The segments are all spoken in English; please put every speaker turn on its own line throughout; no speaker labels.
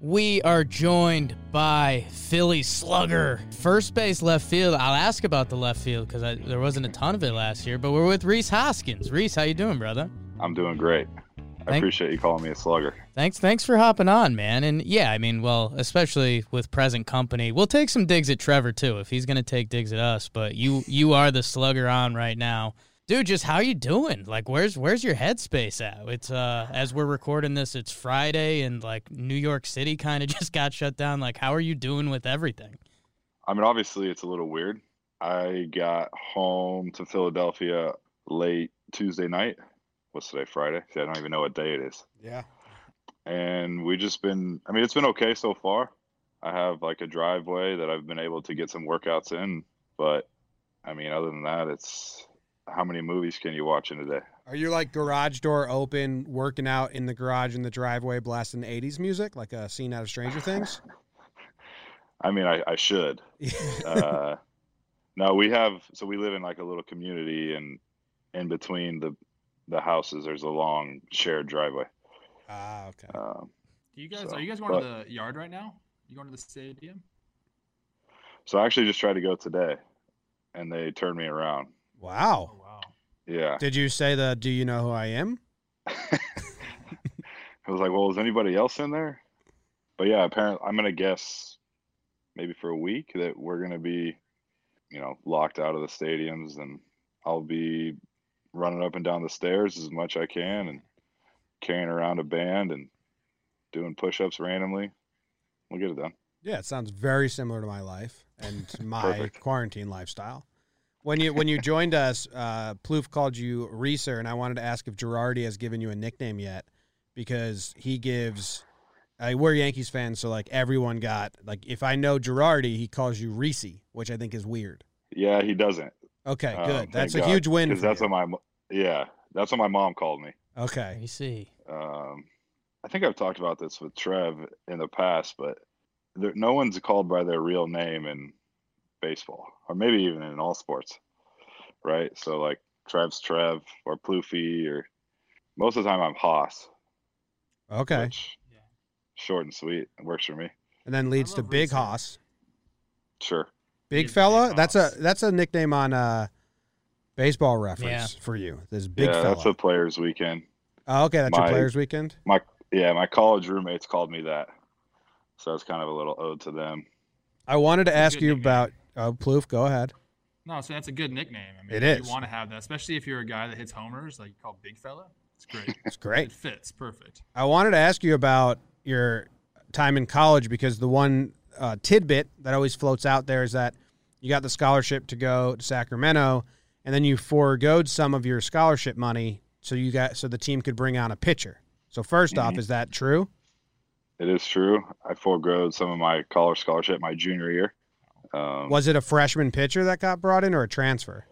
We are joined by Philly Slugger, first base left field. I'll ask about the left field because there wasn't a ton of it last year, but we're with Reese Hoskins. Reese, how you doing, brother?
I'm doing great. I
Thank-
appreciate you calling me a slugger.
Thanks, thanks for hopping on, man. And yeah, I mean, well, especially with present company, we'll take some digs at Trevor too if he's gonna take digs at us. But you, you are the slugger on right now, dude. Just how you doing? Like, where's where's your headspace at? It's uh, as we're recording this, it's Friday, and like New York City kind of just got shut down. Like, how are you doing with everything?
I mean, obviously, it's a little weird. I got home to Philadelphia late Tuesday night. What's today? Friday? See, I don't even know what day it is.
Yeah.
And we just been, I mean, it's been okay so far. I have like a driveway that I've been able to get some workouts in. But I mean, other than that, it's how many movies can you watch in a day?
Are you like garage door open, working out in the garage in the driveway, blasting 80s music like a scene out of Stranger Things?
I mean, I, I should. uh, no, we have so we live in like a little community, and in between the the houses, there's a long shared driveway.
ah, okay.
Um,
Do you guys
So,
are you guys going to the yard right now? You going to the stadium?
so I actually just tried to go today, and they turned me around.
Wow.
Oh wow.
Yeah,
Did you say the do you know who I am?
I was like, well, is anybody else in there? But yeah, apparently, I'm gonna guess maybe for a week that we're gonna be, you know, locked out of the stadiums, and I'll be running up and down the stairs as much I can, and carrying around a band and doing push-ups randomly. We'll get it done.
Yeah, it sounds very similar to my life and my
Perfect.
quarantine lifestyle. When you when you joined us, uh, Plouffe called you Reeser, and I wanted to ask if Girardi has given you a nickname yet, because he gives. Uh, we're Yankees fans, so like everyone got like if I know Girardi, he calls you Reese, which I think is weird.
Yeah, he doesn't.
Okay,
Um,
good. That's a
thank God,
huge win.
Because
for
that's
you.
what my mo- yeah, that's what my mom called me.
Let
okay.
me see.
um, I think I've talked about this with Trev in the past, but there, no one's called by their real name in baseball, or maybe even in all sports, right? So like Trev's Trev or Plouffe, or most of the time I'm Haas,
Okay.
which
Yeah.
short and sweet it works for me.
And then leads
I
to
love
Big
Reese.
Hoss.
Sure.
Big
Big
fella.
Hoss.
That's a that's a nickname on uh baseball reference for you. This big
yeah,
fella.
that's a players weekend.
oh, okay, that's your
my-
players weekend.
Yeah, my college roommates called me that, so it's kind of a little ode to them.
I wanted to
It's a
ask
good
you
nickname.
about oh Plouf, go ahead.
No, so that's a good nickname. I mean,
It is.
You want to have that, especially if you're a guy that hits homers, like you call Big Fella. It's great.
It's
it
great.
fits perfect.
I wanted to ask you about your time in college because the one uh, tidbit that always floats out there is that you got the scholarship to go to Sacramento and then you foregoed some of your scholarship money so you got so the team could bring on a pitcher. So 1st off,
Mhm.
is that true?
It is true. I forgoed some of my college scholarship my junior year. Um,
Was it a freshman pitcher that got brought in or a transfer?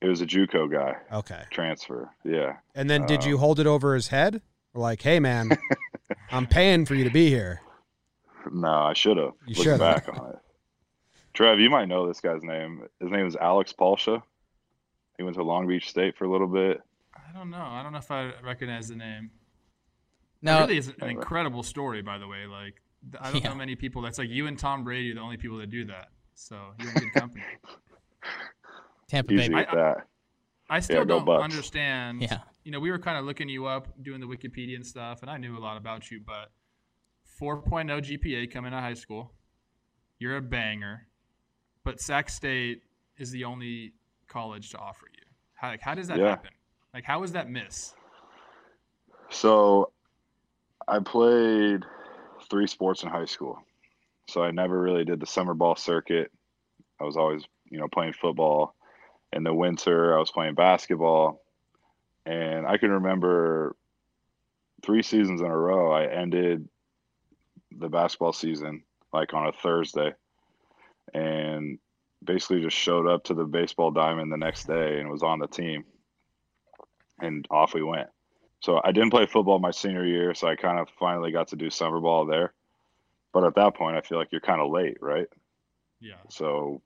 It was a JUCO guy
Okay.
transfer. Yeah,
And then did you
Um,
hold it over his head? Like, hey man, I'm paying for you to be here.
no, I should have
You
looked
should've.
back on it. Trev, you might know this guy's name. His name is Alex Palsha. He went to Long Beach State for a little bit.
I don't know. I don't know if I recognize the name.
Now,
it really is an
Anyway.
incredible story, by the way. Like th- I don't
Yeah.
know many people. That's like you and Tom Brady are the only people that do that. So you're in good company.
Tampa
Easy
Bay.
with that.
I still
go
don't
Bucks.
understand.
Yeah.
you know, we were kind of looking you up, doing the Wikipedia and stuff, and I knew a lot about you, but 4.0 GPA coming out of high school, you're a banger, but Sac State is the only college to offer you. How, like, how does that
Yeah.
happen? Like, how is that miss?
So, I played three sports in high school. So I never really did the summer ball circuit. I was always, you know, playing football. In the winter, I was playing basketball. And I can remember three seasons in a row, I ended the basketball season like on a Thursday and basically just showed up to the baseball diamond the next day and was on the team. And off we went. So I didn't play football my senior year, so I kind of finally got to do summer ball there. But at that point, I feel like you're kind of late, right?
Yeah.
So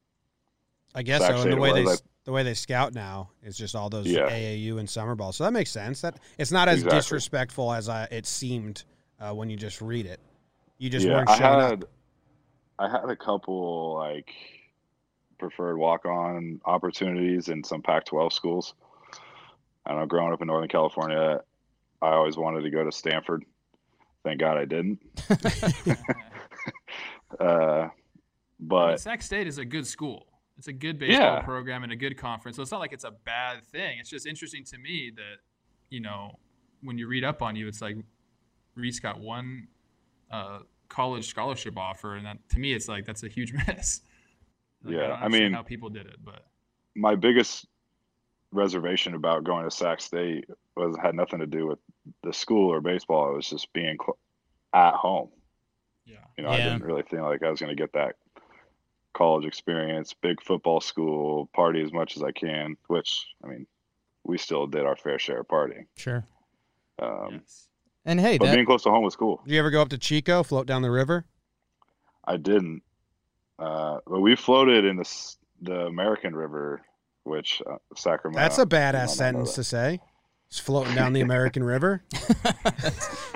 I guess
Sac
so. And the
State
way they
was,
the way they scout now is just all those
Yeah.
AAU and summer ball. So that makes sense. That it's not as
Exactly.
disrespectful as I it seemed uh, when you uh, just read it. You just
yeah,
weren't
I
showing up.
had I had a couple like preferred walk-on opportunities in some Pac-12 schools. I don't know. Growing up in Northern California, I always wanted to go to Stanford. Thank God I didn't. Uh, but
Sac State is a good school. It's a good baseball
Yeah.
program and a good conference. So it's not like it's a bad thing. It's just interesting to me that, you know, when you read up on you, it's like Reese got one uh, college scholarship offer, and that to me, it's like that's a huge miss. Like,
Yeah,
I, don't
I
understand
mean-
how people did it, but
my biggest reservation about going to Sac State was had nothing to do with the school or baseball. It was just being cl- at home.
yeah,
You know, I
Yeah.
didn't really think like I was going to get that college experience, big football school, party as much as I can. Which I mean, we still did our fair share of partying.
Sure.
Um,
yes.
And hey,
But
that,
being close to home was cool.
Did you ever go up to Chico, float down the river?
I didn't. Uh, but we floated in the s- the American River, which uh, Sacramento.
That's a
I don't know
badass sentence
that.
to say. It's floating down the American River.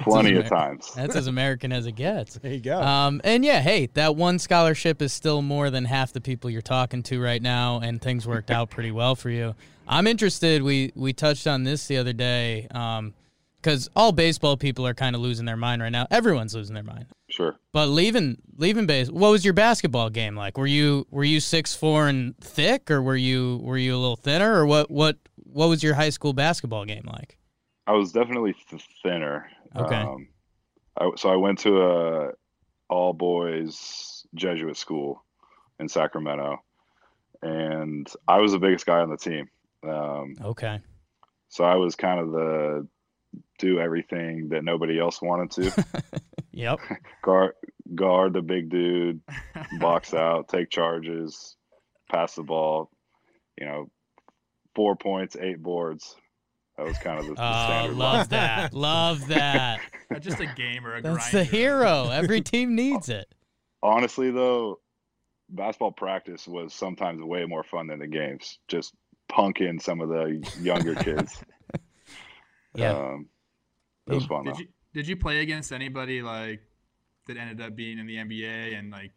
plenty of
Amer-
times.
that's as American as it gets.
There you go.
Um, and yeah, hey, that one scholarship is still more than half the people you're talking to right now, and things worked out pretty well for you. I'm interested. We we touched on this the other day because all baseball people are kind of losing their mind right now. Everyone's losing their mind.
Sure.
But leaving leaving base, what was your basketball game like? Were you were you six four and thick, or were you were you a little thinner, or what what what was your high school basketball game like?
I was definitely th- thinner.
Okay.
Um, I, so I went to a all boys Jesuit school in Sacramento, and I was the biggest guy on the team. Um,
Okay,
so I was kind of the do everything that nobody else wanted to
yep,
guard guard the big dude, box out, take charges, pass the ball. You know, four points, eight boards. That was kind of the, the
oh,
standard. line.
love that, love that.
just a gamer, a
That's
grinder.
the hero. Every team needs it.
honestly though basketball practice was sometimes way more fun than the games just punking some of the younger kids
Yeah.
um, it was fun
Did
though.
you did you play against anybody like that ended up being in the NBA and like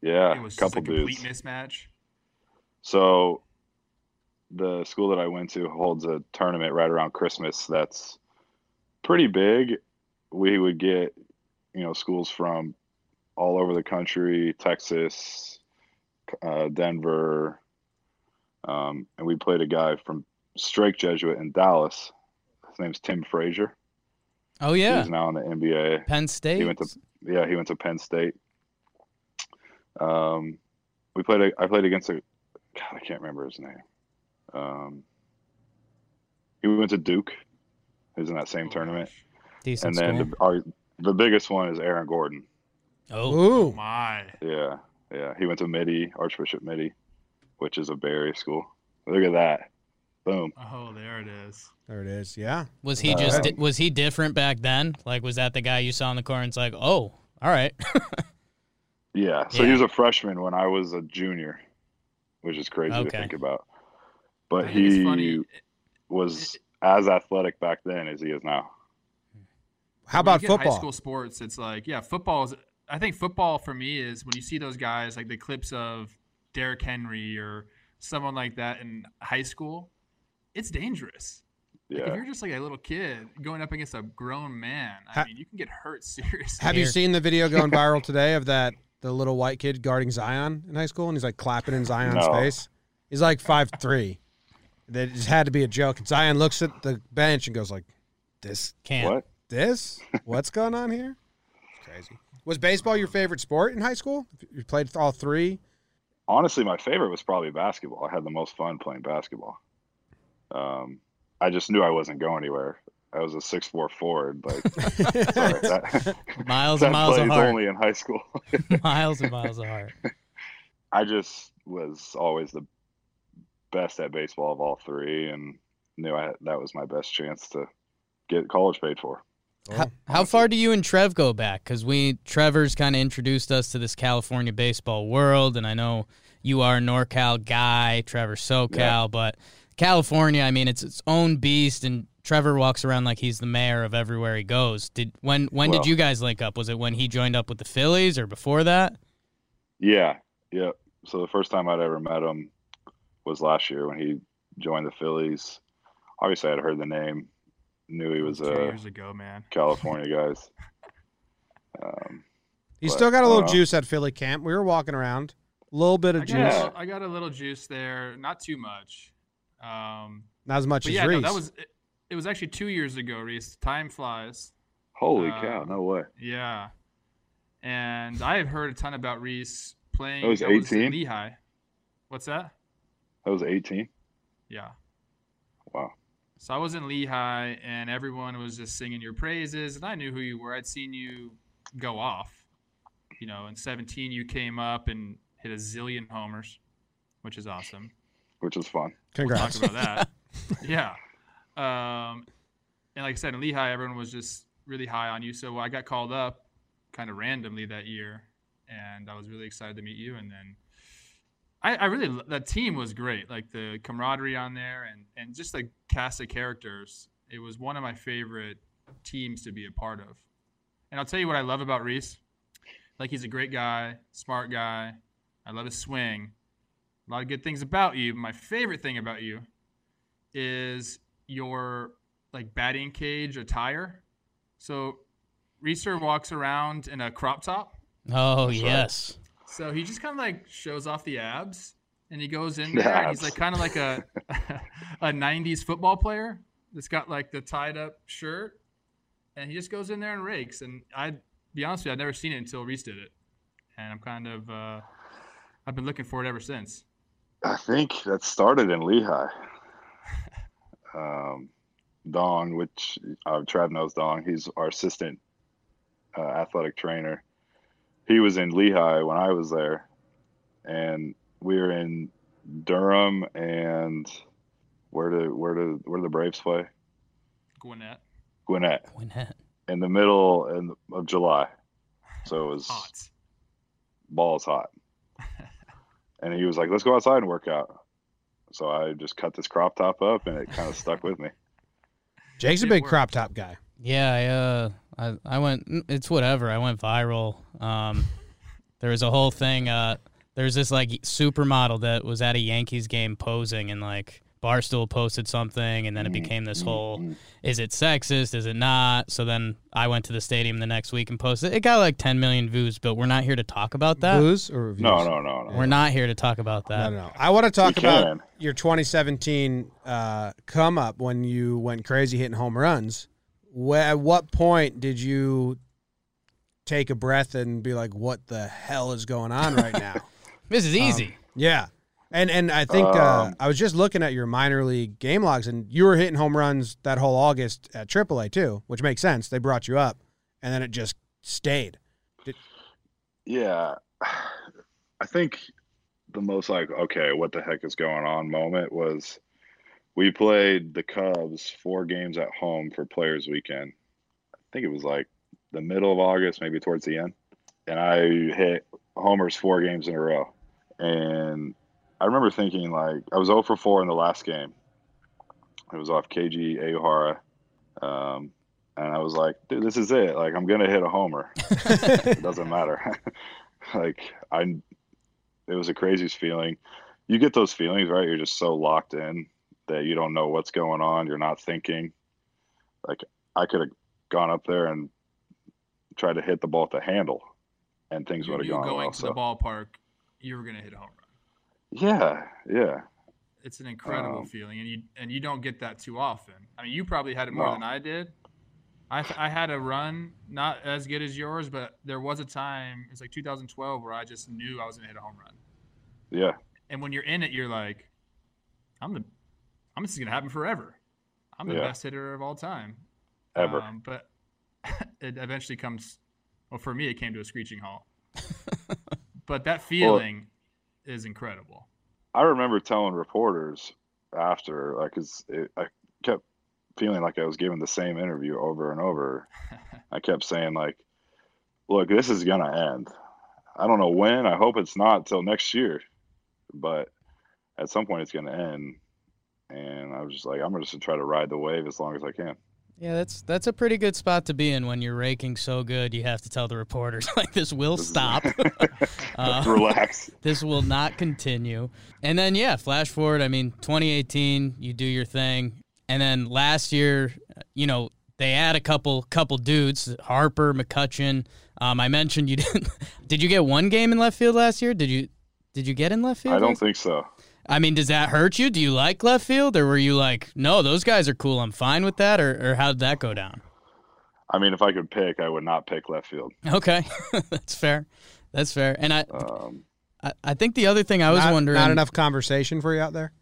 yeah
it was just
couple
a complete
dudes
mismatch?
so the school that i went to holds a tournament right around christmas that's pretty big we would get you know schools from all over the country texas uh, denver um, and we played a guy from straight jesuit in dallas his name's tim frazier
Oh yeah,
he's now in the nba
Penn State.
went to- yeah he went to penn state um, we played a, i played against a god i can't remember his name um, he went to duke he was in that same
Oh,
tournament
gosh.
Decent
and then
school.
the, our, the biggest one is Aaron Gordon.
oh,
Oh
Ooh,
my.
Yeah, yeah. He went to Midi, Archbishop Midi, which is a Bay Area school. Look at that. Boom.
Oh, there it is.
there it is. Yeah,
was he
uh,
just di- was he different back then? Like, was that the guy you saw in the corner? And it's like, oh, all right.
Yeah. So
Yeah.
he was a freshman when I was a junior, which is crazy to
Okay.
think about.
I
But
think it's funny. eh,
he was as athletic back then as he is now.
how
when you
about
get High
football?
school sports. It's like yeah, football is. I think football for me is when you see those guys like the clips of Derrick Henry or someone like that in high school. It's dangerous. Like, if
Yeah.
you're just like a little kid going up against a grown man, I
Ha-
mean, you can get hurt seriously.
Have you
Here.
seen the video going viral today of that the little white kid guarding Zion in high school, and he's like clapping in Zion's
No.
face? He's like five three. That just had to be a joke. And Zion looks at the bench and goes like, "This,
Can't.
What?
this, what's going on here?" It's crazy. Was baseball your favorite sport in high school? You played all three.
Honestly, my favorite was probably basketball. I had the most fun playing basketball. Um, I just knew I wasn't going anywhere. I was a six four forward. Like sorry, that,
Miles
that
and miles
plays
apart.
only in high school.
miles and miles apart.
I just was always the best at baseball of all three, and knew I, that was my best chance to get college paid for.
Oh.
How, how far do you and Trev go back? Because we Trevor's kind of introduced us to this California baseball world, and I know you are a NorCal guy, Trevor SoCal,
Yeah.
but California, I mean, it's its own beast, and Trevor walks around like he's the mayor of everywhere he goes. Did when when
Well-
did you guys link up? Was it when he joined up with the Phillies or before that?
Yeah, yeah. So the first time I'd ever met him was last year when he joined the Phillies. Obviously, I'd heard the name, knew he was uh,
two
a
years ago, man.
California guys. Um,
He's
But,
still got a little
uh,
juice at Philly camp. We were walking around, a little bit
I
of
got,
juice,
a
Yeah.
little, I got a little juice there, not too much. Um,
not as much
but
as
yeah, no,
Reese.
that was it, it. Was actually two years ago, Reese. Time flies.
holy
Uh,
cow! No way.
Yeah, and I have heard a ton about Reese playing.
That was
that in
18?
Lehigh. What's that?
That was 18.
Yeah.
Wow.
So I was in Lehigh, and everyone was just singing your praises, and I knew who you were. I'd seen you go off. You know, in 17, you came up and hit a zillion homers, which is awesome.
Which is fun.
Congrats.
Talk about that. yeah. Um, and like I said, in Lehigh, everyone was just really high on you. So I got called up kind of randomly that year, and I was really excited to meet you. And then I, I really, that team was great. Like the camaraderie on there and, and just the cast of characters. It was one of my favorite teams to be a part of. And I'll tell you what I love about Reese. Like he's a great guy, smart guy. I love his swing a lot of good things about you. My favorite thing about you is your like batting cage attire. So Reeser walks around in a crop top.
Oh
That's right.
yes.
So he just kind of like shows off the abs and he goes in
The
there and he's
abs.
like kind of like a a 90s football player that's got like the tied up shirt and he just goes in there and rakes and I to be honest with you I'd never seen it until Reese did it. And I'm kind of uh, I've been looking for it ever since.
I think that started in Lehigh. Um, Dong, which uh, Trav knows Dong, he's our assistant uh, athletic trainer. He was in Lehigh when I was there, and we were in Durham and where do where do where do the Braves play?
Gwinnett.
Gwinnett
Gwinnett.
in the middle in, of July, so it was
Hot.
balls hot. and he was like, let's go outside and work out. So I just cut this crop top up and it kind of stuck with me.
Jake's a
It
big
worked.
crop top guy.
Yeah, I, uh, I I went. It's whatever. I went viral. Um, there was a whole thing. Uh, there was this like supermodel that was at a Yankees game posing, and like Barstool posted something, and then it became
Mm-hmm.
this whole: is it sexist? Is it not? So then I went to the stadium the next week and posted. It got like 10 million views, but we're not here to talk about that.
Booze or reviews?
No, no, no, no.
We're not here to talk about
No,
that.
no, no. I want to talk
We
about
can.
your 2017 uh, come up when you went crazy hitting home runs. Wh- at what point did you take a breath and be like, "What the hell is going on right now?"
This is easy.
yeah, and and I think uh,
Um,
I was just looking at your minor league game logs, and you were hitting home runs that whole August at AAA too, which makes sense. They brought you up, and then it just stayed.
Yeah. I think the most like, okay, what the heck is going on moment was we played the Cubs four games at home for Players Weekend. I think it was like the middle of August, maybe towards the end. And I hit homers four games in a row. And I remember thinking, like, I was 0 for 4 in the last game. It was off KG Aohara. Um, and I was like, dude, this is it. Like, I'm going to hit a homer. it doesn't matter. like, I, it was the craziest feeling. You get those feelings, right? You're just so locked in that you don't know what's going on. You're not thinking. Like, I could have gone up there and tried to hit the ball with the handle, and things
you
would have
knew
gone
going
well.
to
so.
the ballpark, you were gonna hit a home run.
Yeah, yeah.
It's an incredible
Um,
feeling, and you and you don't get that too often. I mean, you probably had it more
No.
than I did. I, I had a run not as good as yours, but there was a time it's like 2012 where I just knew I was gonna hit a home run.
Yeah.
And when you're in it, you're like, I'm the, I'm this is gonna happen forever. I'm the
Yeah.
best hitter of all time.
Ever.
Um, but it eventually comes. Well, for me, it came to a screeching halt. but that feeling is incredible.
I remember telling reporters after, like, 'cause it, I kept feeling like I was giving the same interview over and over. I kept saying, like, look, this is going to end. I don't know when. I hope it's not till next year, but at some point it's going to end. and I was just like, I'm just gonna try to ride the wave as long as I can.
Yeah, that's that's a pretty good spot to be in when you're raking so good. You have to tell the reporters like this will
This is-
stop. Uh,
Relax.
this will not continue. And then yeah, flash forward. I mean, 2018, you do your thing, and then last year, you know, they add a couple couple dudes, Harper, McCutcheon. Um, I mentioned you didn't. Did you get one game in left field last year? Did you? Did you get in left field?
I don't
last-
think so.
I mean, does that hurt you? Do you like left field, or were you like, no, those guys are cool. I'm fine with that, or or how'd that go down?
I mean, if I could pick, I would not pick left field.
Okay, that's fair. That's fair. And I,
Um,
I, I think the other thing I was
not,
wondering.
Not enough conversation for you out there.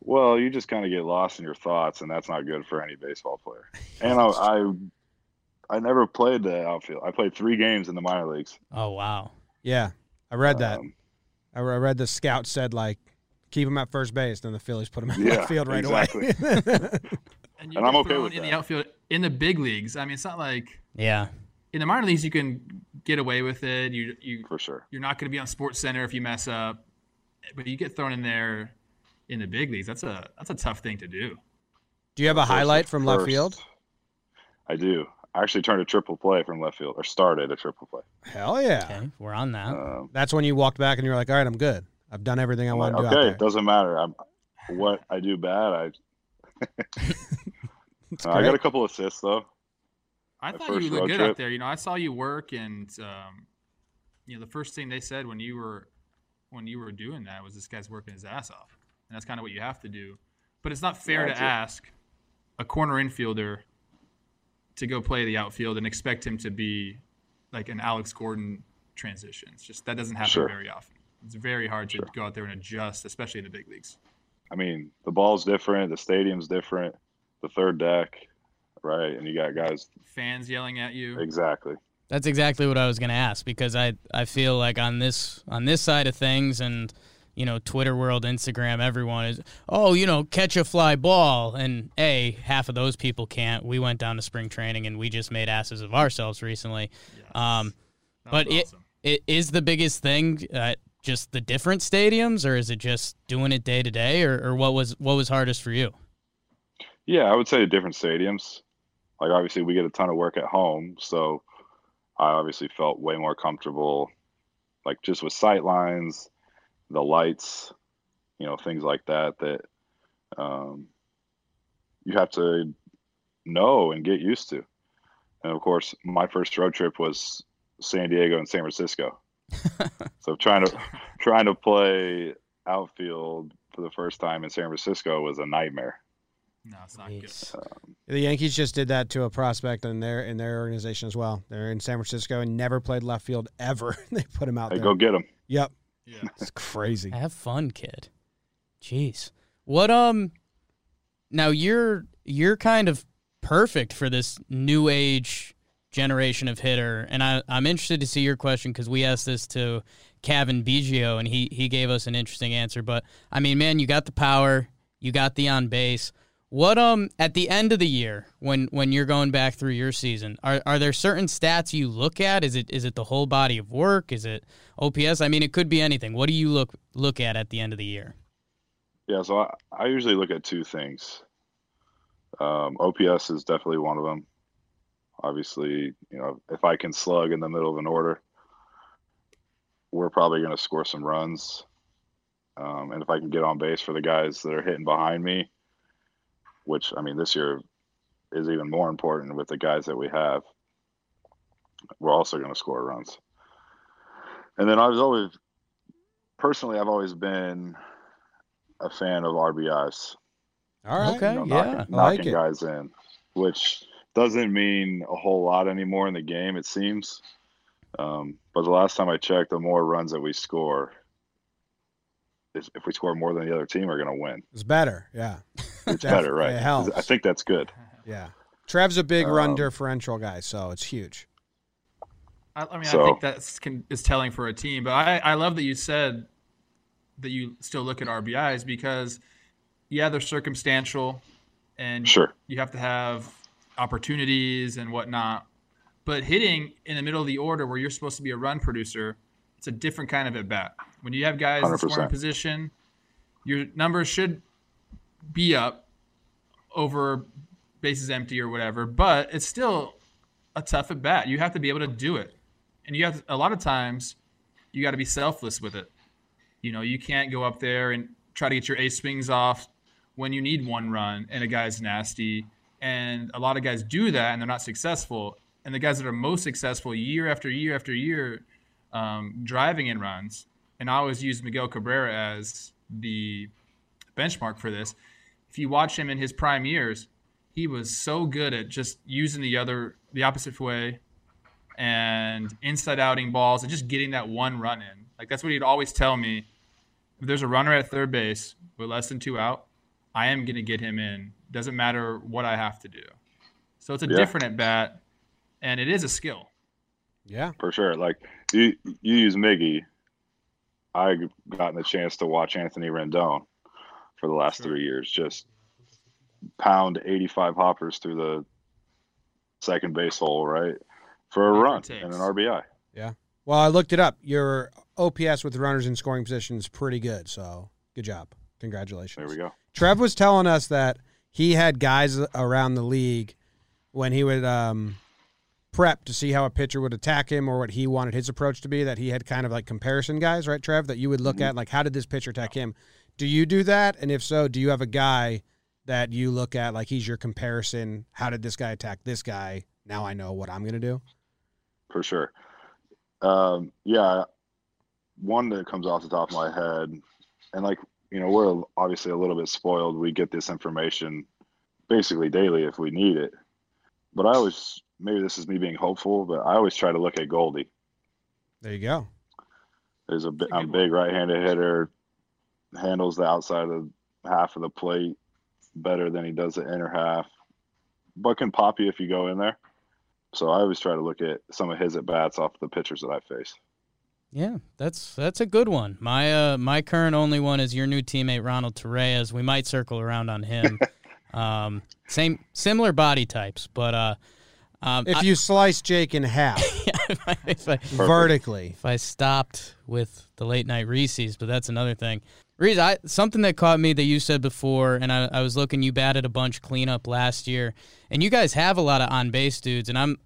well, you just kind of get lost in your thoughts, and that's not good for any baseball player. And I, I, I never played the outfield. I played three games in the minor leagues.
Oh wow.
Yeah, I read that.
Um,
I re- I read the scout said like keep him at first base, then the Phillies put him at
Yeah,
left field right away.
And, you
And
get
I'm okay
thrown
with
in the
that.
outfield in the big leagues. I mean, it's not like
Yeah.
in the minor leagues you can get away with it. You you
for sure.
you're not going to be on Sports Center if you mess up, but you get thrown in there in the big leagues. That's a that's a tough thing to do.
Do you have a
Of course,
highlight
the
from left
first-
field?
I do. I actually turned a triple play from left field, or started a triple play.
Hell yeah.
Okay, we're on
Oh.
that.
Um,
That's when you walked back and you were like, all right, I'm good. I've done everything I
I'm like,
want to
okay,
do
it
out there.
doesn't matter. I'm what I do bad. I uh,
That's
I
great.
got a couple assists though.
I
My
thought you
first
looked
road
good
trip.
out there. You know, I saw you work, and um, you know the first thing they said when you were when you were doing that was this guy's working his ass off, and that's kind of what you have to do. But it's not fair
Yeah,
to
that's it.
ask a corner infielder to go play the outfield and expect him to be like an Alex Gordon transition. It's just that doesn't happen
Sure.
very often. It's very hard to go out there and adjust, especially in the big leagues.
I mean, the ball's different, the stadium's different, the third deck, right? And you got guys
Fans yelling at you.
exactly.
That's exactly what I was going to ask because I I feel like on this on this side of things and you know Twitter world, Instagram, everyone is oh you know catch a fly ball and a half of those people can't. We went down to spring training and we just made asses of ourselves recently.
Yeah,
Um,
that
but
was
it-
awesome.
It is the biggest thing. Uh, just the different stadiums, or is it just doing it day to day, or or what was what was hardest for you?
Yeah, I would say different stadiums. Like obviously we get a ton of work at home, so I obviously felt way more comfortable like just with sight lines, the lights, you know, things like that that um, you have to know and get used to. And of course, my first road trip was San Diego and San Francisco. so trying to trying to play outfield for the first time in San Francisco was a nightmare.
no, it's not good.
Jeez.
The Yankees just did that to a prospect in their in their organization as well. They're in San Francisco and never played left field ever. they put him out
Hey,
there.
go get them.
Yep.
Yeah.
It's crazy.
Have fun, kid. Jeez. What um now you're you're kind of perfect for this new age generation of hitter and I, I'm interested to see your question because we asked this to Kevin Biggio and he he gave us an interesting answer. But I mean, man, you got the power, you got the on base. What um at the end of the year when when you're going back through your season, are are there certain stats you look at? Is it is it the whole body of work? Is it OPS? I mean, it could be anything. What do you look look at at the end of the year?
Yeah, so I, I usually look at two things. Um, OPS is definitely one of them. Obviously, you know, if I can slug in the middle of an order, we're probably going to score some runs. Um, and if I can get on base for the guys that are hitting behind me, which I mean, this year is even more important with the guys that we have, we're also going to score runs. And then I was always, personally, I've always been a fan of RBIs.
All right.
Okay.
You know,
yeah,
knocking,
I like
knocking
it.
guys in, which doesn't mean a whole lot anymore in the game, it seems. Um, but the last time I checked, the more runs that we score, is if we score more than the other team, are going to win.
It's better. Yeah.
It's
Def-
better, right?
It helps.
I think that's good.
Yeah. Trev's a big run
Um,
differential guy, so it's huge.
I, I mean, I
So-
think that's can, is telling for a team. But I, I love that you said that you still look at RBIs because, yeah, they're circumstantial, and
Sure.
you have to have opportunities and whatnot. But hitting in the middle of the order where you're supposed to be a run producer, it's a different kind of at bat. When you have guys in
100%.
scoring position, your numbers should be up over bases empty or whatever, but it's still a tough at bat. You have to be able to do it. And you have to, a lot of times you got to be selfless with it. You know, you can't go up there and try to get your ace swings off when you need one run and a guy's nasty. And a lot of guys do that and they're not successful. And the guys that are most successful year after year after year um, driving in runs, and I always use Miguel Cabrera as the benchmark for this. If you watch him in his prime years, he was so good at just using the other the opposite way and inside outing balls and just getting that one run in. Like that's what he'd always tell me. If there's a runner at third base with less than two out, I am gonna get him in. Doesn't matter what I have to do. So it's a
Yeah.
different at bat and it is a skill.
Yeah.
for sure. Like you, you use Miggy. I gotten the chance to watch Anthony Rendon for the last
Sure.
three years, just pound eighty-five hoppers through the second base hole, right, for a
Whatever it
run
takes.
and an RBI.
Well, I looked it up. Your OPS with runners in scoring position is pretty good. So good job. Congratulations.
There we go.
Trev was telling us that he had guys around the league when he would um, prep to see how a pitcher would attack him or what he wanted his approach to be. That he had kind of like comparison guys, right, Trev? That you would
Mm-hmm.
look at like how did this pitcher attack him? Do you do that? And if so, do you have a guy that you look at like he's your comparison? How did this guy attack this guy? Now I know what I'm gonna do.
for sure. Um, yeah, one that comes off the top of my head, and like you know, we're obviously a little bit spoiled. We get this information basically daily if we need it. But I always, maybe this is me being hopeful, but I always try to look at Goldie.
There you go.
There's a, bi-
That's
a
a good
big right-handed hitter, handles the outside of half of the plate better than he does the inner half, but can pop you if you go in there. So I always try to look at some of his at bats off the pitchers that I face.
Yeah, that's that's a good one. My uh, my current only one is your new teammate Ronald Torres. We might circle around on him. um, same similar body types, but uh, um,
If
I-
you slice Jake in half
if I, if I,
vertically,
if I stopped with the late night Reese's, but that's another thing. Reese, I, something that caught me that you said before, and I, I was looking, you batted a bunch cleanup last year, and you guys have a lot of on base dudes, and I'm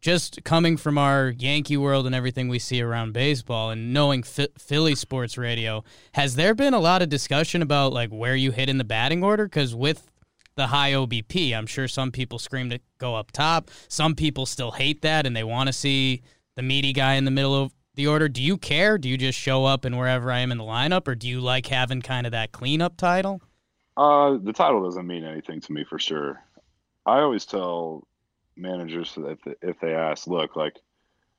just coming from our Yankee world and everything we see around baseball and knowing Phi- Philly sports radio, has there been a lot of discussion about like where you hit in the batting order? Because with the high OBP, I'm sure some people scream to go up top. Some people still hate that and they want to see the meaty guy in the middle of the order. Do you care? Do you just show up and wherever I am in the lineup, or do you like having kind of that cleanup title?
Uh, the title doesn't mean anything to me for sure. I always tell managers that if- if they ask, look, like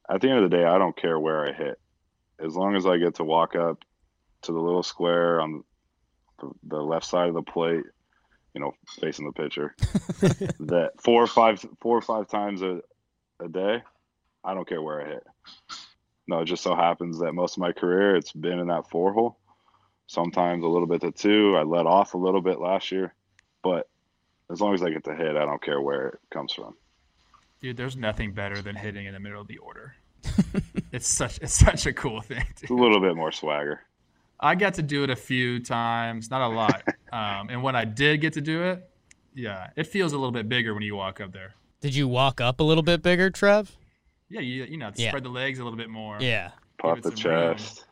at the end of the day, I don't care where I hit, as long as I get to walk up to the little square on the, the left side of the plate, you know, facing the pitcher, that four or five, four or five times a, a day, I don't care where I hit. No, it just so happens that most of my career it's been in that four hole sometimes a little bit to two. I let off a little bit last year, but as long as I get the hit, I don't care where it comes from.
Dude, there's nothing better than hitting in the middle of the order. it's such it's such a cool thing. Dude.
It's a little bit more swagger.
I got to do it a few times, not a lot. um, and when I did get to do it, yeah, it feels a little bit bigger when you walk up there.
Did you walk up a little bit bigger, Trev?
Yeah, you you know
Yeah.
spread the legs a little bit more.
Yeah.
Pop
it
the
some room.
chest.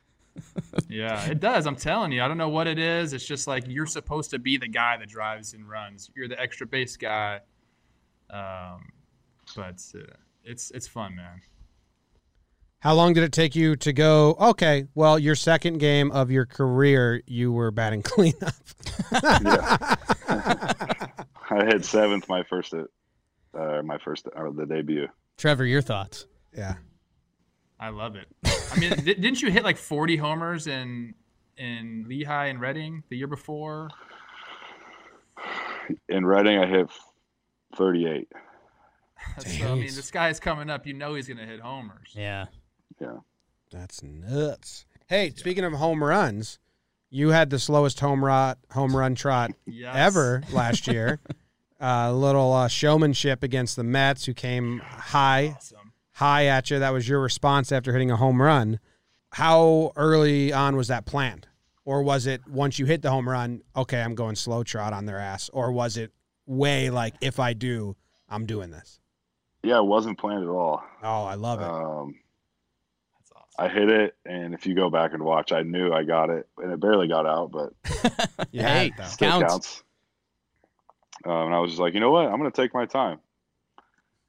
Yeah, it does. I'm telling you, I don't know what it is. It's just like you're supposed to be the guy that drives and runs. You're the extra base guy. Um, but uh, it's it's fun, man.
How long did it take you to go? Okay, well, your second game of your career, you were batting cleanup.
I hit seventh my first, uh, my first or the debut.
Trevor, your thoughts?
Yeah,
I love it. I mean, di- didn't you hit like 40 homers in in Lehigh and Reading the year before?
In Reading, I hit 38.
So, I mean,
Jeez.
this guy's coming up. You know he's gonna hit homers.
Yeah.
that's nuts. Hey, speaking of home runs, you had the slowest home rot home run trot
Yes.
ever last year. A little uh, showmanship against the Mets, who came high
Awesome.
high at you. That was your response after hitting a home run. How early on was that planned? Or was it once you hit the home run, okay, I'm going slow trot on their ass? Or was it way like, if I do, I'm doing this?
Yeah, it wasn't planned at all.
Oh, I love it.
Um,
That's awesome.
I hit it, and if you go back and watch, I knew I got it, and it barely got out, but
You had
hey,
it, though.
still counts. Um, and I was just like, you know what? I'm going to take my time.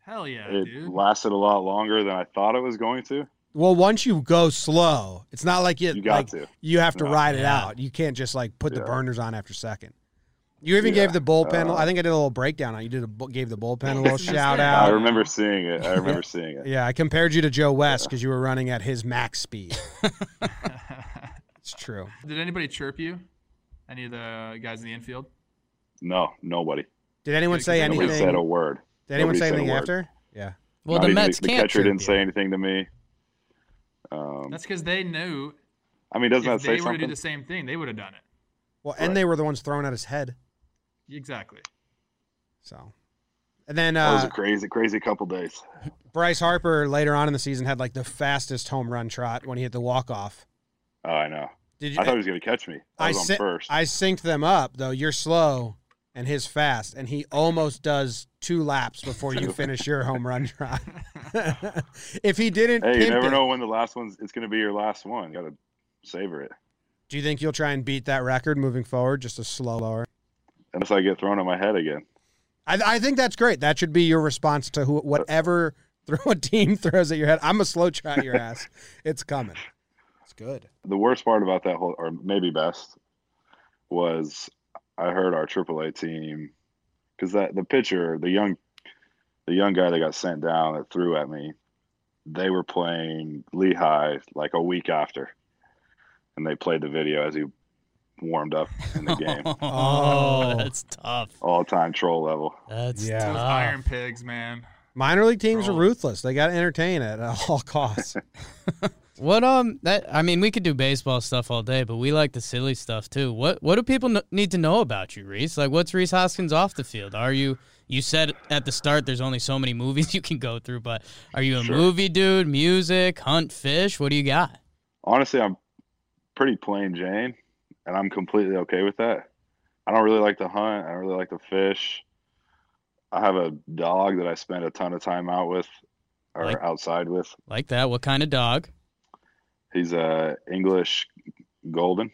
Hell yeah,
it
dude.
lasted a lot longer than I thought it was going to.
Well, once you go slow, it's not like you,
You got
like,
to.
you have to
No.
ride it
Yeah.
out. You can't just like put the
Yeah.
burners on after second. You even
Yeah.
gave the bullpen.
Uh,
I think I did a little breakdown on. it. You did a bu- gave the bullpen a little shout
Yeah.
I
out.
remember seeing it. I remember seeing it.
Yeah, I compared you to Joe West because you were running at his max speed. It's true.
Did anybody chirp you? Any of the guys in the infield?
No, nobody.
Did anyone
Yeah,
say
'cause
Nobody
anything?
everybody
said a word.
Did anyone
nobody
say
said a
anything
word.
after? Yeah.
well,
Not
the
even
Mets
the,
can't
catcher
trip
didn't
you.
say anything to me. Um,
That's because they knew
I mean, doesn't that
if
say
they were to do
something?
the same thing, they would have done it.
Well, and
Right.
they were the ones throwing at his head.
Exactly.
So, and then
That was
uh,
a crazy, crazy couple days.
Bryce Harper later on in the season had like the fastest home run trot when he hit the walk off.
Oh, I know.
Did you?
I thought he was going to catch me. I
I
was on
sit-
first.
I synced them up though. You're slow and his fast, and he almost does two laps before you finish your home run trot. if he didn't,
hey, you
pimp
never
it,
know when the last one's. It's going to be your last one. You got to savor it.
Do you think you'll try and beat that record moving forward? Just a slower.
Unless I get thrown on my head again.
I, I think that's great. That should be your response to who, whatever throw a team throws at your head. I'm a slow trot your ass. It's coming. It's good.
the worst part about that whole, or maybe best, was I heard our AAA team because that the pitcher, the young, the young guy that got sent down that threw at me, they were playing Lehigh like a week after, and they played the video as he warmed up in the game.
Oh,
Oh.
that's tough.
All time troll level.
That's
Yeah. Ah.
tough.
Those iron pigs, man.
Minor league teams are
Roll.
ruthless. They got to entertain at all costs.
What um that I mean we could do baseball stuff all day, but we like the silly stuff too. What what do people kn- need to know about you, Reese? Like what's Reese Hoskins off the field? Are you you said at the start there's only so many movies you can go through, but are you a
Sure.
movie dude, music, hunt fish? What do you got?
Honestly, I'm pretty plain Jane, and I'm completely okay with that. I don't really like to hunt. I don't really like to fish. I have a dog that I spend a ton of time out with or
Like-
outside with.
Like that? What kind of dog?
He's a English golden.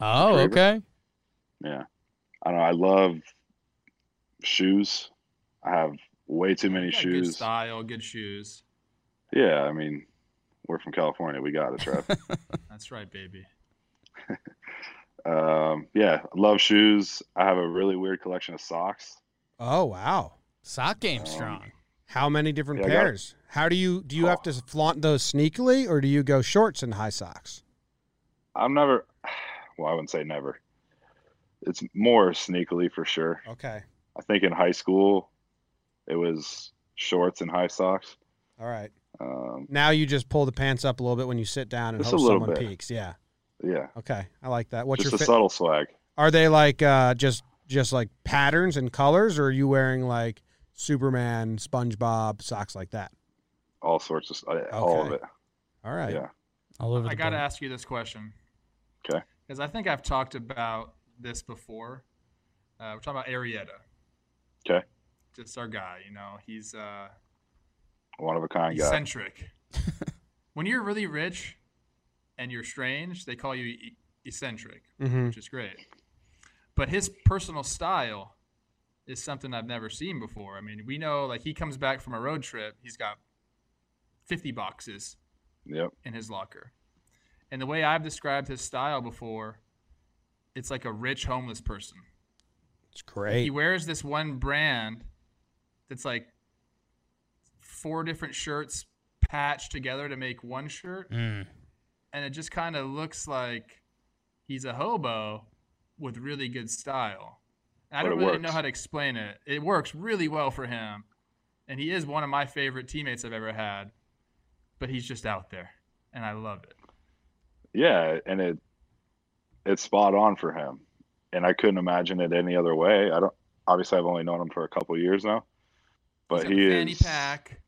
Oh,
Retriever.
okay.
Yeah. I don't know. I love shoes. I have way too many
Yeah, Good
shoes.
style, good shoes.
Yeah, I mean, we're from California. We got it, Trev.
That's right, baby.
um, yeah, love shoes. I have a really weird collection of socks.
oh wow!
Sock game
Um,
strong.
How many different
Yeah, I got it.
pairs? How do you do? You have to flaunt those sneakily, or do you go shorts and high socks?
I'm never. Well, I wouldn't say never. It's more sneakily for sure.
Okay.
I think in high school, it was shorts and high socks.
All right.
Um,
Now you just pull the pants up a little bit when you sit down and
Just
hope
a little
someone
bit.
peeks. Yeah.
yeah,
Okay. I like that. What's
just
your
a
fit?
subtle swag.
Are they like uh, just just like patterns and colors, or are you wearing like Superman, SpongeBob socks like that?
All sorts of uh, all of it.
Okay. All right.
Yeah,
All over the
I got to
board.
ask you this question.
'Kay.
Because I think I've talked about this before. Uh, we're talking about Arietta.
'Kay.
Just our guy, you know, he's uh,
one of a kind guy.
eccentric. when you're really rich and you're strange, they call you e- eccentric,
Mm-hmm.
which is great. But his personal style is something I've never seen before. I mean, we know like he comes back from a road trip, he's got 50 boxes
Yep.
in his locker. And the way I've described his style before, it's like a rich homeless person.
It's
He
great.
wears this one brand that's like four different shirts patched together to make one shirt.
Mm.
And it just kind of looks like he's a hobo with really good style. And I
But
don't
it
really know
works.
how to explain it. It works really well for him. And he is one of my favorite teammates I've ever had. But he's just out there. And I love it.
Yeah, and it it's spot on for him. And I couldn't imagine it any other way. I don't. Obviously, I've only known him for a couple years now, but
he's got
he
the fanny
is
pack.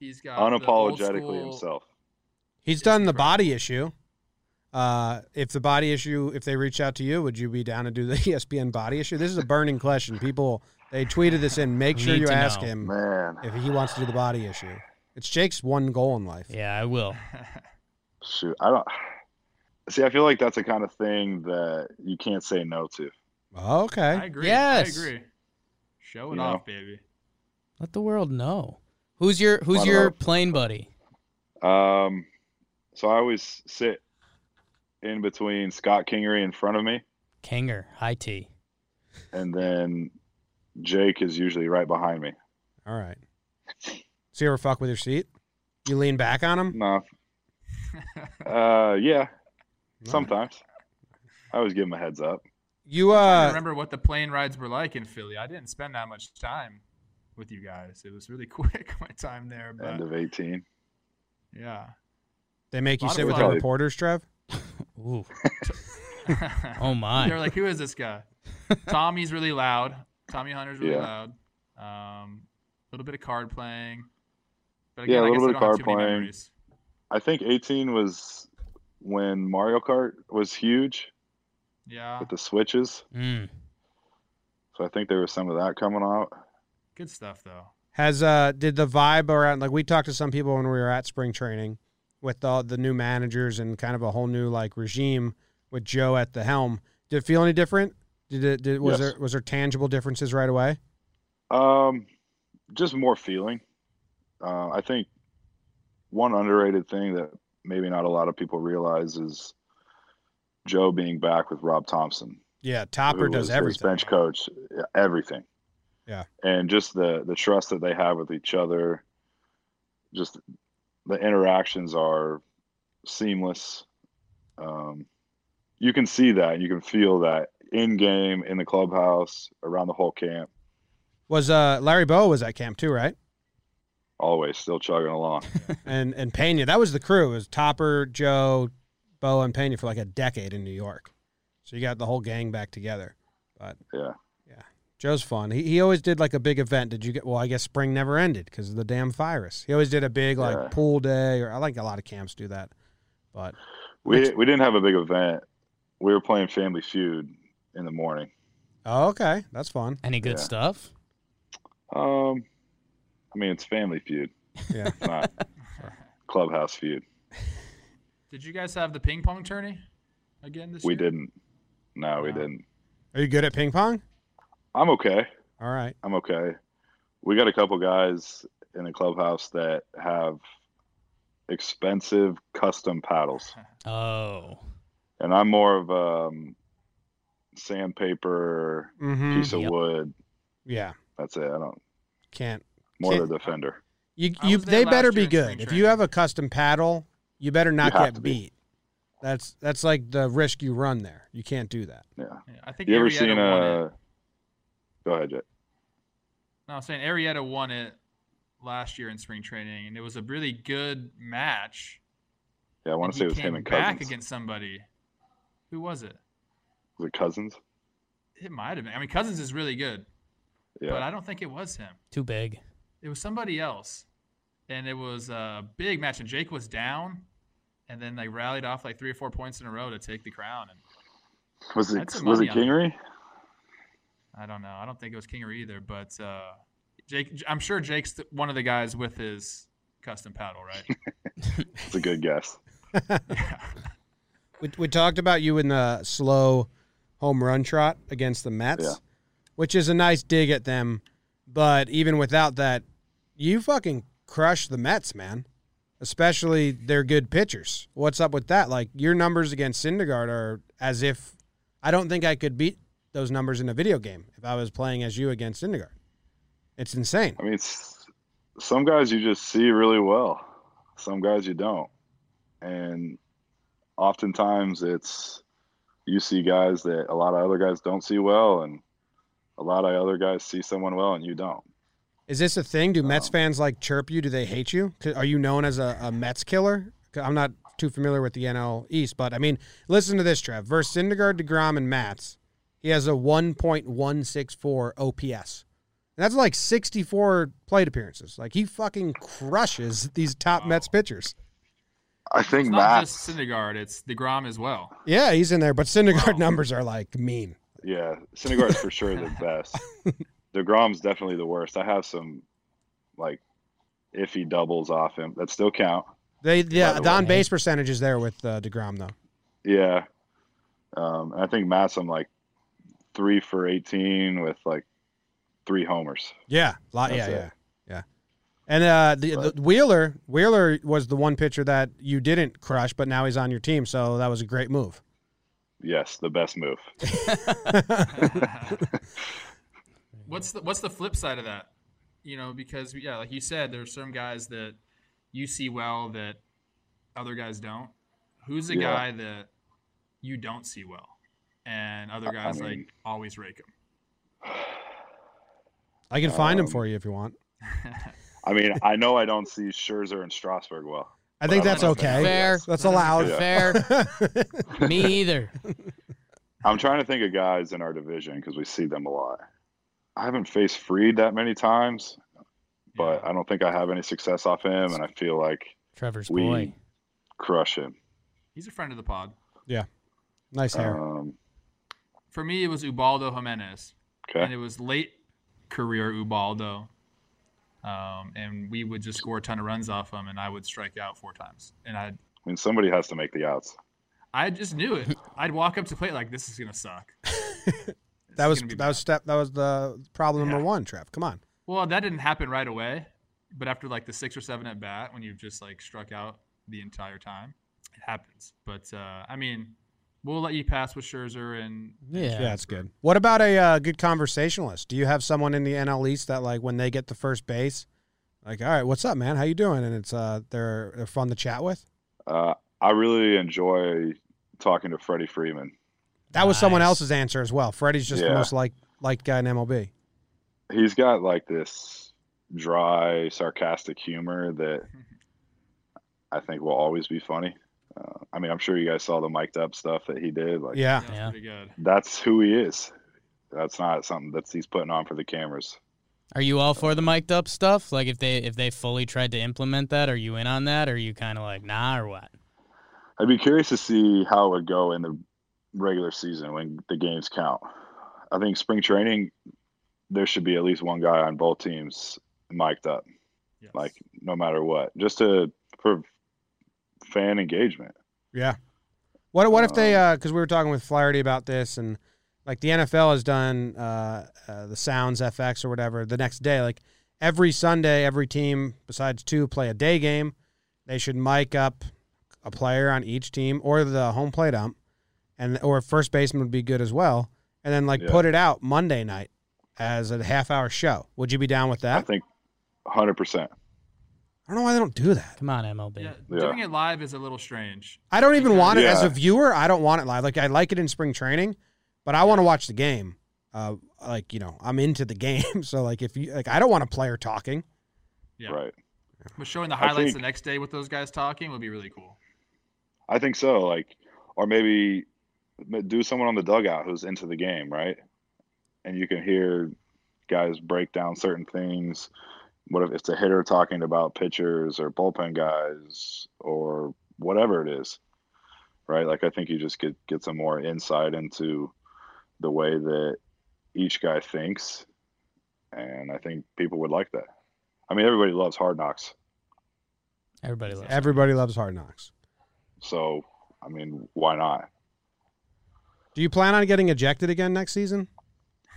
He's got the old
unapologetically
school-
himself.
He's done the body issue. Uh, if the body issue, if they reached out to you, would you be down to do the E ESPN body issue? This is a burning question. People, they tweeted this in. Make sure
Need
you
to
ask
know.
him
Man,
if he wants to do the body issue. It's Jake's one goal in life.
Yeah, I will.
shoot, I don't see. I feel like that's the kind of thing that you can't say no to.
I
Okay.
agree.
Yes.
I agree. Show it
You know.
off, baby.
Let the world know. Who's your Who's
Lot of
your
hope.
plane buddy?
Um, so I always sit in between Scott Kingery in front of me,
Kanger, high T.
and then Jake is usually right behind me.
All right. So you ever fuck with your seat? You lean back on him?
No, uh, yeah,
No.
sometimes. I always give him a heads up.
You
I
uh,
remember what the plane rides were like in Philly. I didn't spend that much time with you guys. It was really quick my time there,
End
but
of eighteen.
yeah.
they make you
Lot of
sit with the
fun.
reporters, Trev.
Ooh, oh my.
They're like, who is this guy? Tommy's really loud. Tommy Hunter's really
Yeah.
loud. Um, a little bit of card playing. But
Yeah, a
I
little
guess I
bit of
don't have
card
too many
playing.
memories.
I think 18 was when Mario Kart was huge
Yeah,
with the switches.
Mm.
So I think there was some of that coming out.
good stuff though.
Has uh did the vibe around like we talked to some people when we were at spring training with all the new managers and kind of a whole new like regime with Joe at the helm. Did it feel any different? Did it did was
Yes.
there was there tangible differences right away?
Um, just more feeling. Uh, I think one underrated thing that maybe not a lot of people realize is Joe being back with Rob Thompson.
Yeah, Topper
who was
does
his
everything.
bench coach, yeah, everything.
Yeah.
And just the the trust that they have with each other, just the interactions are seamless. Um, you can see that, you can feel that in game, in the clubhouse, around the whole camp,
Was uh Larry Bow was at camp too, right?
always still chugging along.
And and Pena, that was the crew. It was Topper, Joe, Bo, and Pena for like a decade in New York. So you got the whole gang back together. But
Yeah.
yeah, Joe's fun. He he always did like a big event. Did you get? Well, I guess spring never ended because of the damn virus. He always did a big like
Yeah.
pool day, or I like a lot of camps do that. But
We
Which-
we didn't have a big event. We were playing Family Feud in the morning.
oh, okay, that's fun.
Any good
Yeah.
stuff?
Um, I mean it's Family Feud,
Yeah,
it's not Clubhouse Feud.
Did you guys have the ping pong tourney again this
We
year?
didn't. No, we
No.
didn't.
are you good at ping pong?
I'm okay.
All right,
I'm okay. We got a couple guys in the clubhouse that have expensive custom paddles,
Oh,
and I'm more of um, sandpaper,
mm-hmm.
piece of
Yep.
wood.
yeah,
That's it. I don't
can't.
more of
Kid-
the defender.
You,
I
you
was there
they better
last year
be
in spring
good. If you have a custom paddle, you better not
You have
get
to be.
beat. That's that's like the risk you run there. You can't do that.
Yeah.
Yeah, I think
You ever
Arietta
seen uh,
won it.
a? Go ahead, Jay.
No, I'm saying Arietta won it last year in spring training, and it was a really good match.
Yeah, I want
and
to
he
say it was
came
him and
back
Cousins.
against somebody. Who was it?
Was it Cousins?
It might have been. I mean, Cousins is really good, but
Yeah.
I don't think it was him.
too big.
It was somebody else, and it was a big match. And Jake was down, and then they rallied off like three or four points in a row to take the crown. And
Was
I'd
it
put
was
money
it
on it.
Kingery?
I don't know. I don't think it was Kinger either, but uh, Jake. I'm sure Jake's th- one of the guys with his custom paddle, right?
It's a good guess.
yeah.
We, we talked about you in the slow home run trot against the Mets,
Yeah.
which is a nice dig at them. But even without that, you fucking crush the Mets, man. Especially their good pitchers. What's up with that? Like your numbers against Syndergaard are as if I don't think I could beat those numbers in a video game if I was playing as you against Syndergaard. It's insane.
I mean, it's, some guys you just see really well, some guys you don't. And oftentimes it's you see guys that a lot of other guys don't see well, and a lot of other guys see someone well and you don't.
Is this a thing? Do Mets
Um,
fans like chirp you? Do they hate you? 'Cause Are you known as a, a Mets killer? 'Cause I'm not too familiar with the NL East, but I mean, listen to this, Trev. Versus Syndergaard, Degrom, and Mats, he has a 1.164 OPS. And that's like 64 plate appearances. Like he fucking crushes these top
Wow.
Mets pitchers.
I think
It's not
Matt.
just Syndergaard; it's Degrom as well.
Yeah, he's in there, but Syndergaard
Wow.
numbers are like mean.
Yeah, Syndergaard's for sure the best. Degrom's definitely the worst. I have some like iffy doubles off him that still count.
They yeah,
By the
the on
way.
base percentage is there with uh, Degrom though.
Yeah, um, and I think Matt's I'm like three for eighteen with like three homers.
Yeah, lot.
That's
yeah,
it.
yeah, yeah. And uh, the,
But-
the Wheeler Wheeler was the one pitcher that you didn't crush, but now he's on your team, so that was a great move.
Yes, the best move.
what's the what's the flip side of that? You know, because yeah, like you said, there's some guys that you see well that other guys don't. Who's the
Yeah.
guy that you don't see well, and other
I- I
guys
mean-
like always rake him?
I can find him
Um,
for you if you want.
I mean, I know I don't see Scherzer and Strasburg well.
I think
I
that's
don't know if
okay.
Fair.
That's
Yeah.
allowed.
Fair. Me either.
I'm trying to think of guys in our division because we see them a lot. I haven't faced Freed that many times, but I don't think I have any success off him, and I feel like
Trevor's
We-
boy.
crush him.
he's a friend of the pod.
nice hair.
Um,
For me, it was Ubaldo Jimenez.
okay.
and it was late career Ubaldo. Um, and we would just score a ton of runs off him, and I would strike out four times. And I,
I mean, somebody has to make the outs.
I just knew it. I'd walk up to plate like this is gonna suck. This
that
is
was
gonna be
that was
bad."
step. That was the problem number
Yeah.
one. Trev, come on.
well, that didn't happen right away, but after like the six or seven at bat, when you've just like struck out the entire time, it happens. But uh, I mean, we'll let you pass with Scherzer and
Yeah.
Yeah, it's good. What about a uh, good conversationalist? Do you have someone in the NL East that like when they get to first base, like, all right, what's up, man? How you doing? And it's uh, they're they're fun to chat with.
Uh, I really enjoy talking to Freddie Freeman.
That was someone
Nice.
else's answer as well. Freddie's just the
Yeah.
most like liked guy in MLB.
He's got like this dry, sarcastic humor that I think will always be funny. Uh, I mean, I'm sure you guys saw the mic'd up stuff that he did. Like,
Yeah,
that's
Yeah.
pretty good.
that's who he is. That's not something that's he's putting on for the cameras.
Are you all for the mic'd up stuff? Like if they if they fully tried to implement that, are you in on that? Or are you kind of like nah or what?
I'd be curious to see how it would go in the regular season when the games count. I think spring training, there should be at least one guy on both teams mic'd up,
Yes.
like no matter what, just to for fan engagement.
yeah. What what if they?
Um,
Because we were talking with Flaherty about this, and like the NFL has done uh, uh, the Sounds FX or whatever the next day. Like every Sunday, every team besides two play a day game. They should mic up a player on each team or the home plate ump, and or first baseman would be good as well. And then like
Yeah.
put it out Monday night as a half hour show. Would you be down with
I
that?
think 100%.
I don't know why they don't do that.
Come on, MLB.
yeah,
Yeah.
doing it live is a little strange.
I don't even want it as a
Yeah.
viewer. I don't want it live. Like I like it in spring training, but I want to watch the game. Uh, like you know, I'm into the game. So like if you like, I don't want a player talking.
Yeah.
Right.
But showing the highlights
think-
the next day with those guys talking would be really cool.
I think so. Like, or maybe do someone on the dugout who's into the game, right? And you can hear guys break down certain things. What if it's a hitter talking about pitchers or bullpen guys or whatever it is, right? Like, I think you just get get some more insight into the way that each guy thinks, and I think people would like that. I mean, everybody loves Hard Knocks.
Everybody loves.
Everybody loves Hard Knocks.
So, I mean, why not?
Do you plan on getting ejected again next season?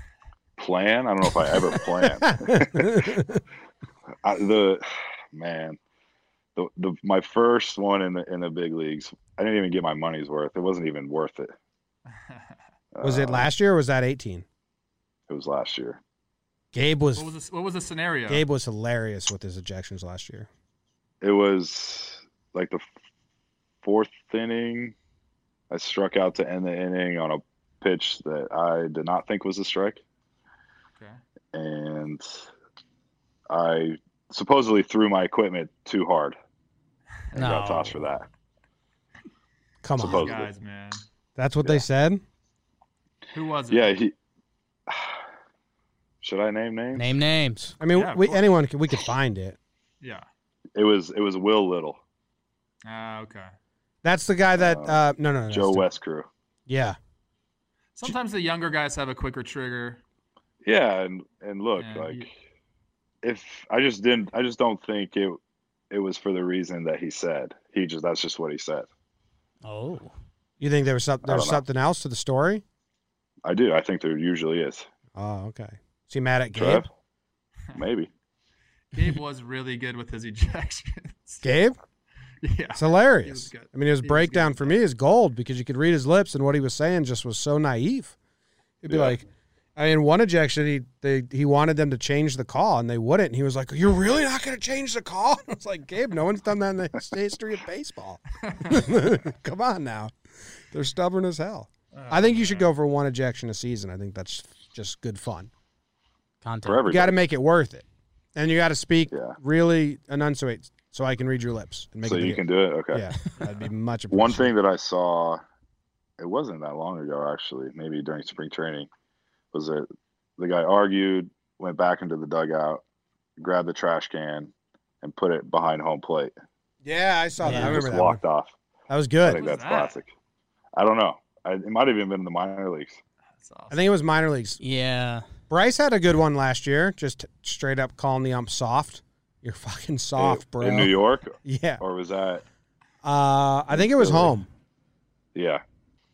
Plan? I don't know if I ever plan. I, the man, the, the my first one in the in the big leagues, I didn't even get my money's worth. It wasn't even worth it.
was it
Uh,
last year or was that 18?
It was last year.
Gabe was,
what was the, what was the scenario?
Gabe was hilarious with his ejections last year.
It was like the f- fourth inning. I struck out to end the inning on a pitch that I did not think was a strike,
Okay.
and I supposedly threw my equipment too hard and got
No.
tossed for that.
Come on,
Supposedly.
guys, man.
that's what they
Yeah.
said.
Who was it?
Yeah, he. Should I name names?
Name names.
I mean,
Yeah, of
we,
course.
anyone could, we could find it.
Yeah.
It was it was Will Little.
Ah, okay.
That's the guy that.
Uh,
Uh, no, no, no.
Joe
that's-
West crew.
Yeah.
Sometimes the younger guys have a quicker trigger.
Yeah, and and look,
Yeah,
like
you-
if I just didn't, I just don't think it it was for the reason that he said. He just that's just what he said.
Oh,
You think there was something? There
I
was
don't know.
something else to the story?
I do. I think there usually is.
Oh, okay. Is he mad at Gabe?
Trev? Maybe.
Gabe was really good with his ejections.
Gabe?
yeah.
It's hilarious.
good.
I mean, his
He was
breakdown
good.
for me is gold because you could read his lips and what he was saying just was so naive. He'd be
Yeah.
like, I mean, one ejection, he they, he wanted them to change the call and they wouldn't. And he was like, "You're really not going to change the call?" I was like, "Gabe, no one's done that in the his- history of baseball. Come on now, they're stubborn as hell."
Oh,
I think you should go for one ejection a season. I think that's just good fun.
content.
For
You
everybody.
got to make it worth it, and you got to speak
Yeah.
really enunciate so I can read your lips and make
so
it.
you can do it? Okay.
Yeah, that'd be much.
One
appreciated.
thing that I saw, it wasn't that long ago actually, maybe during spring training, was that the guy argued, went back into the dugout, grabbed the trash can, and put it behind home plate.
Yeah, I saw
Yeah.
that.
and
I
You
remember
just
that. One.
walked off.
That was
I
good.
think
What was
that's
that?
classic. I don't know. I, it might have even been in the minor leagues.
That's awesome.
I think it was minor leagues.
Yeah,
Bryce had a good one last year, just straight up calling the ump soft. You're fucking soft,
In-
bro.
In New York,
Yeah.
or was that?
Uh, I think it was
Philly.
home.
Yeah,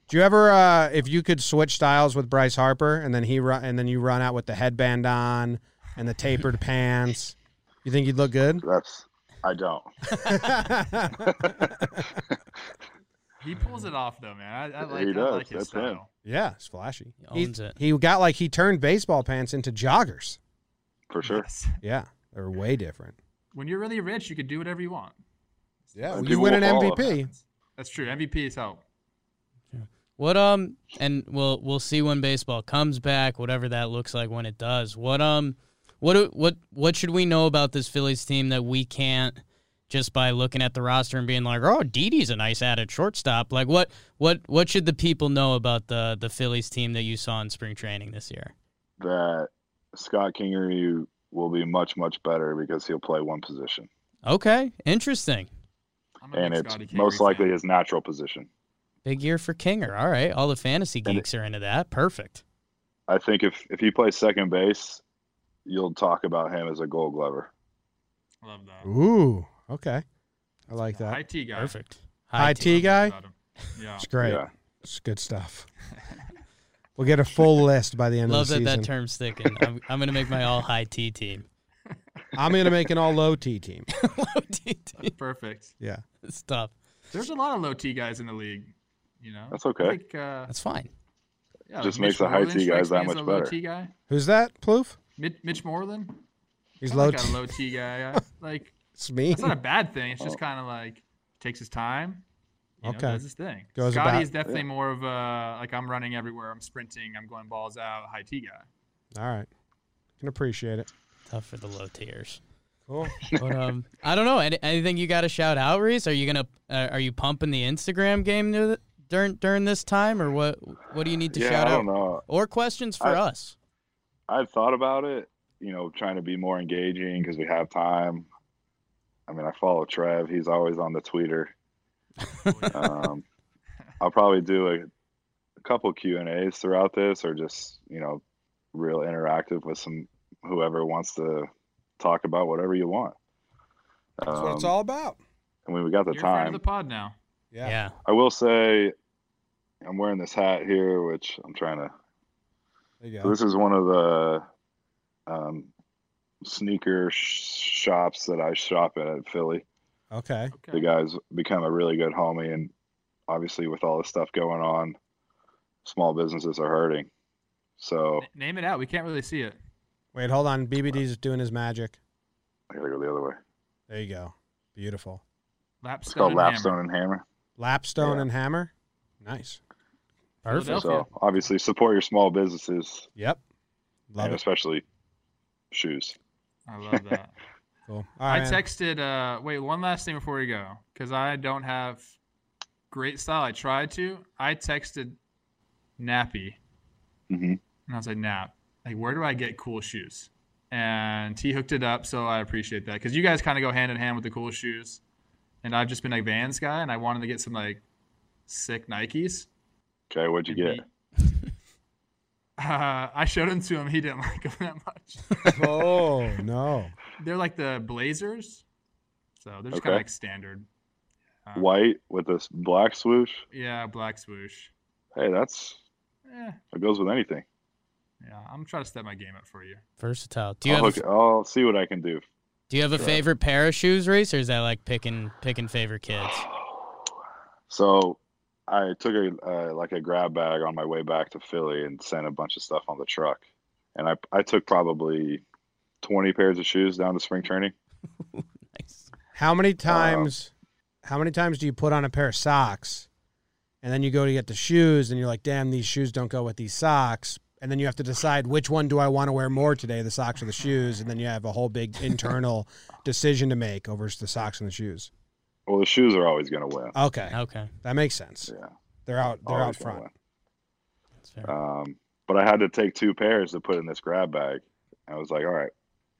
Do you ever, uh, if you could switch styles with Bryce Harper, and then he run, and then you run out with the headband on and the tapered pants, you think you'd look good?
that's. I don't.
he pulls it off though, man. I, I like.
He
I
does.
like his
That's him.
style.
yeah, it's flashy.
He owns it.
He got like he turned baseball pants into joggers.
For sure.
Yes.
Yeah, they're way different.
When you're really rich, you can do whatever you want.
Yeah,
And
you
people
win an
will follow.
MVP.
That's true. MVP is help.
What um and we'll we'll see when baseball comes back, whatever that looks like when it does. What um what do- what what should we know about this Phillies team that we can't just by looking at the roster and being like, "Oh, Didi's a nice added shortstop." Like what what what should the people know about the the Phillies team that you saw in spring training this year?
That Scott Kingery will be much much better because he'll play one position,
Okay, interesting.
I'm a
and
big
it's
Scotty Kingery
most
fan.
likely his natural position.
Big year for Kinger. All right, all the fantasy
And it-
geeks are into that. Perfect.
I think if if he plays second base, you'll talk about him as a Gold Glover.
I Love that.
Ooh, okay. I like that.
High T guy.
Perfect.
High
Hi,
tea guy.
About him. Yeah.
It's great.
Yeah.
It's good stuff. We'll get a full list by the end
Love
of the
that
season.
that term's sticking. I'm, I'm gonna make my all high T team.
I'm going to make an all low T team.
Low T team.
Perfect.
Yeah.
It's tough.
There's a lot of low T guys in the league. You know.
That's
I
okay.
think, uh,
That's fine.
yeah,
Just
Mitch
makes the high
Moreland
T guys
strikes
that
me as
much
a low
better.
T guy.
Who's that, Ploof?
Mitch, Mitch Moreland.
He's
I'm
low
like
T.
a low T guy. I, like
It's me.
It's not a bad thing. It's just
Oh.
kind of like takes his time. You
Okay.
Know, does his thing.
Goes
Scotty
about-
is definitely more of a like I'm running everywhere. I'm sprinting. I'm going balls out. High T guy.
All right. Can appreciate it.
Tough for the low tiers.
Cool.
But um, I don't know. Any, anything you got to shout out, Reese? Are you gonna uh, are you pumping the Instagram game near the, during during this time, or what? What do you need to
yeah,
shout
I don't
out?
know.
Or questions for
I-
us?
I've thought about it, you know, trying to be more engaging because we have time. I mean, I follow Trev; he's always on the Twitter. Um, I'll probably do a, a couple Q and A's throughout this, or just you know, real interactive with some whoever wants to talk about whatever you want.
That's what it's
Um,
all about.
I mean, we got the
You're a friend
time.
of the pod now.
Yeah.
Yeah.
I will say, I'm wearing this hat here, which I'm trying to
There you
So
go.
this is one of the um, sneaker sh- shops that I shop at at Philly.
Okay.
The
Okay.
guy's become a really good homie, and obviously with all the stuff going on, small businesses are hurting. So
N- Name it out. We can't really see it.
Wait, hold on. BBD's doing his magic.
I gotta go the other way.
There you go. Beautiful.
Lapstone.
It's called
and Hammer.
Lapstone and Hammer.
Lapstone
Yeah.
and hammer. Nice.
Perfect.
So
Philadelphia.
obviously support your small businesses,
Yep. Love
and
it.
especially shoes.
I love that.
Cool. All
I
right. man.
texted. Uh, wait, one last thing before we go, because I don't have great style. I tried to. I texted Nappy.
hmm
And I was like, nah, like, where do I get cool shoes? And he hooked it up. So I appreciate that because you guys kind of go hand in hand with the cool shoes. and I've just been a Vans guy, and I wanted to get some like sick Nikes.
Okay, what'd you get?
Uh, I showed them to him. He didn't like them that much.
oh no.
They're like the Blazers, so they're just kind
Okay.
of like standard. Um,
White with this black swoosh.
Yeah, black swoosh.
Hey, that's
Yeah,
that goes with anything.
yeah. I'm trying to step my game up for you.
Versatile. Do you
I'll,
have a,
hook- I'll see what I can do.
do you have a
Sure.
favorite pair of shoes, Reese, or is that like picking picking favorite kids?
So I took a uh, like a grab bag on my way back to Philly and sent a bunch of stuff on the truck, and I I took probably twenty pairs of shoes down to spring training.
Nice.
How many times? how many times do you put on a pair of socks, and then you go to get the shoes, and you're like, "Damn, these shoes don't go with these socks." And then you have to decide which one do I want to wear more today, the socks or the shoes, and then you have a whole big internal decision to make over the socks and the shoes.
Well, the shoes are always going to win.
Okay,
Okay,
that makes sense.
Yeah,
They're out. They're out
always gonna
front.
that's fair.
win. Um, but I had to take two pairs to put in this grab bag. I was like, all right,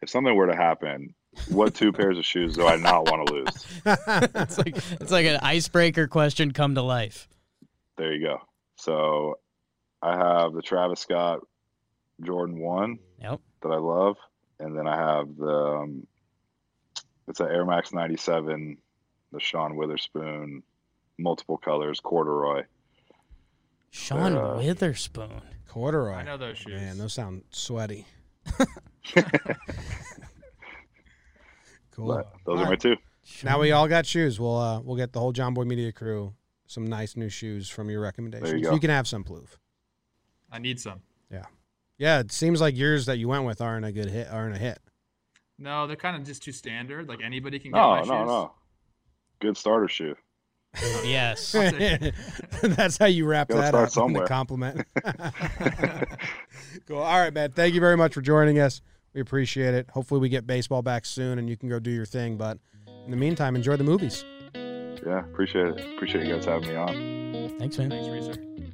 if something were to happen, what two pairs of shoes do I not want to lose?
it's like it's like an icebreaker question come to life.
There you go. So I have the Travis Scott Jordan one.
Yep.
that I love, and then I have the um, it's an Air Max '97, the Sean Witherspoon, multiple colors corduroy.
Sean
Uh,
Witherspoon.
Corduroy.
I know those shoes.
Man, those sound sweaty. cool.
But those
All
are my
right.
two.
Now we all got shoes. We'll uh, we'll get the whole John Boy Media crew some nice new shoes from your recommendations.
There you go.
can have some ploof.
I need some.
Yeah, it seems like yours that you went with aren't a good hit. Aren't a hit.
No, they're kind of just too standard. Like anybody can get my
No,
shoes.
no, no. Good starter shoe.
yes.
That's how you wrap
Gotta
that
start
up. in The
somewhere.
compliment. cool. All right, man. Thank you very much for joining us. We appreciate it. Hopefully, we get baseball back soon, and you can go do your thing. But in the meantime, enjoy the movies.
Yeah, appreciate it. Appreciate you guys having me on.
Thanks, man.
Thanks, Reeser.